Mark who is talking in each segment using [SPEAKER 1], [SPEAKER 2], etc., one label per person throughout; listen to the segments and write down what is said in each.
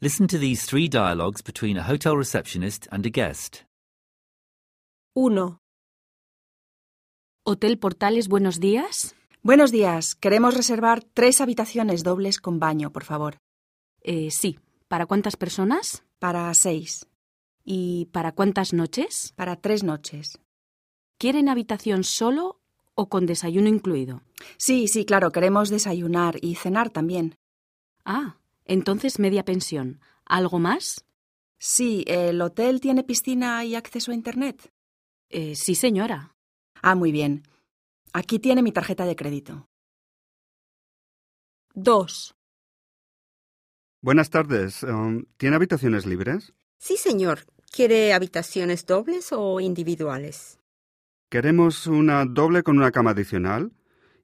[SPEAKER 1] Listen to these three dialogues between a hotel receptionist and a guest.
[SPEAKER 2] 1.
[SPEAKER 3] Hotel Portales, buenos días.
[SPEAKER 2] Buenos días. Queremos reservar tres habitaciones dobles con baño, por favor.
[SPEAKER 3] Eh, sí. ¿Para cuántas personas?
[SPEAKER 2] Para seis.
[SPEAKER 3] ¿Y para cuántas noches?
[SPEAKER 2] Para tres noches.
[SPEAKER 3] ¿Quieren habitación solo o con desayuno incluido?
[SPEAKER 2] Sí, sí, claro. Queremos desayunar y cenar también.
[SPEAKER 3] Ah, entonces media pensión. ¿Algo más?
[SPEAKER 2] Sí, ¿el hotel tiene piscina y acceso a Internet?
[SPEAKER 3] Eh, sí, señora.
[SPEAKER 2] Ah, muy bien. Aquí tiene mi tarjeta de crédito.
[SPEAKER 3] 2.
[SPEAKER 4] Buenas tardes. Um, ¿Tiene habitaciones libres?
[SPEAKER 5] Sí, señor. ¿Quiere habitaciones dobles o individuales?
[SPEAKER 4] Queremos una doble con una cama adicional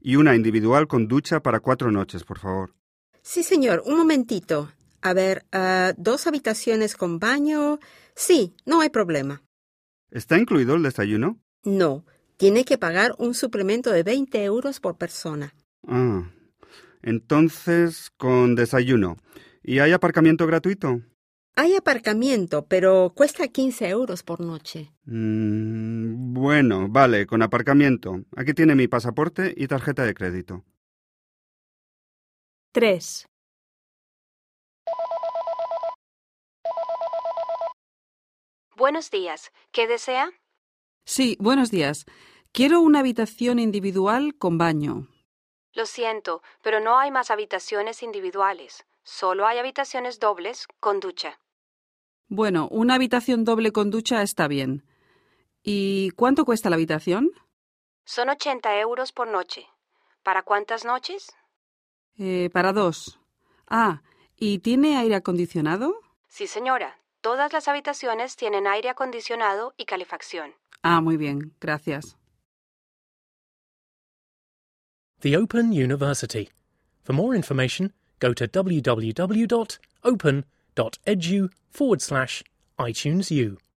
[SPEAKER 4] y una individual con ducha para cuatro noches, por favor.
[SPEAKER 5] Sí, señor. Un momentito. A ver, ah, dos habitaciones con baño. Sí, no hay problema.
[SPEAKER 4] ¿Está incluido el desayuno?
[SPEAKER 5] No, tiene que pagar un suplemento de 20 euros por persona.
[SPEAKER 4] Ah, entonces con desayuno. ¿Y hay aparcamiento gratuito?
[SPEAKER 5] Hay aparcamiento, pero cuesta 15 euros por noche.
[SPEAKER 4] Mm, bueno, vale, con aparcamiento. Aquí tiene mi pasaporte y tarjeta de crédito.
[SPEAKER 2] 3.
[SPEAKER 6] Buenos días. ¿Qué desea?
[SPEAKER 7] Sí, buenos días. Quiero una habitación individual con baño.
[SPEAKER 6] Lo siento, pero no hay más habitaciones individuales. Solo hay habitaciones dobles con ducha.
[SPEAKER 7] Bueno, una habitación doble con ducha está bien. ¿Y cuánto cuesta la habitación?
[SPEAKER 6] Son 80 euros por noche. ¿Para cuántas noches?
[SPEAKER 7] Eh, para dos. Ah, ¿y tiene aire acondicionado?
[SPEAKER 6] Sí, señora. Todas las habitaciones tienen aire acondicionado y calefacción.
[SPEAKER 7] Ah, muy bien, gracias.
[SPEAKER 8] The Open University. For more information, go to www.open.edu forward slash iTunes U.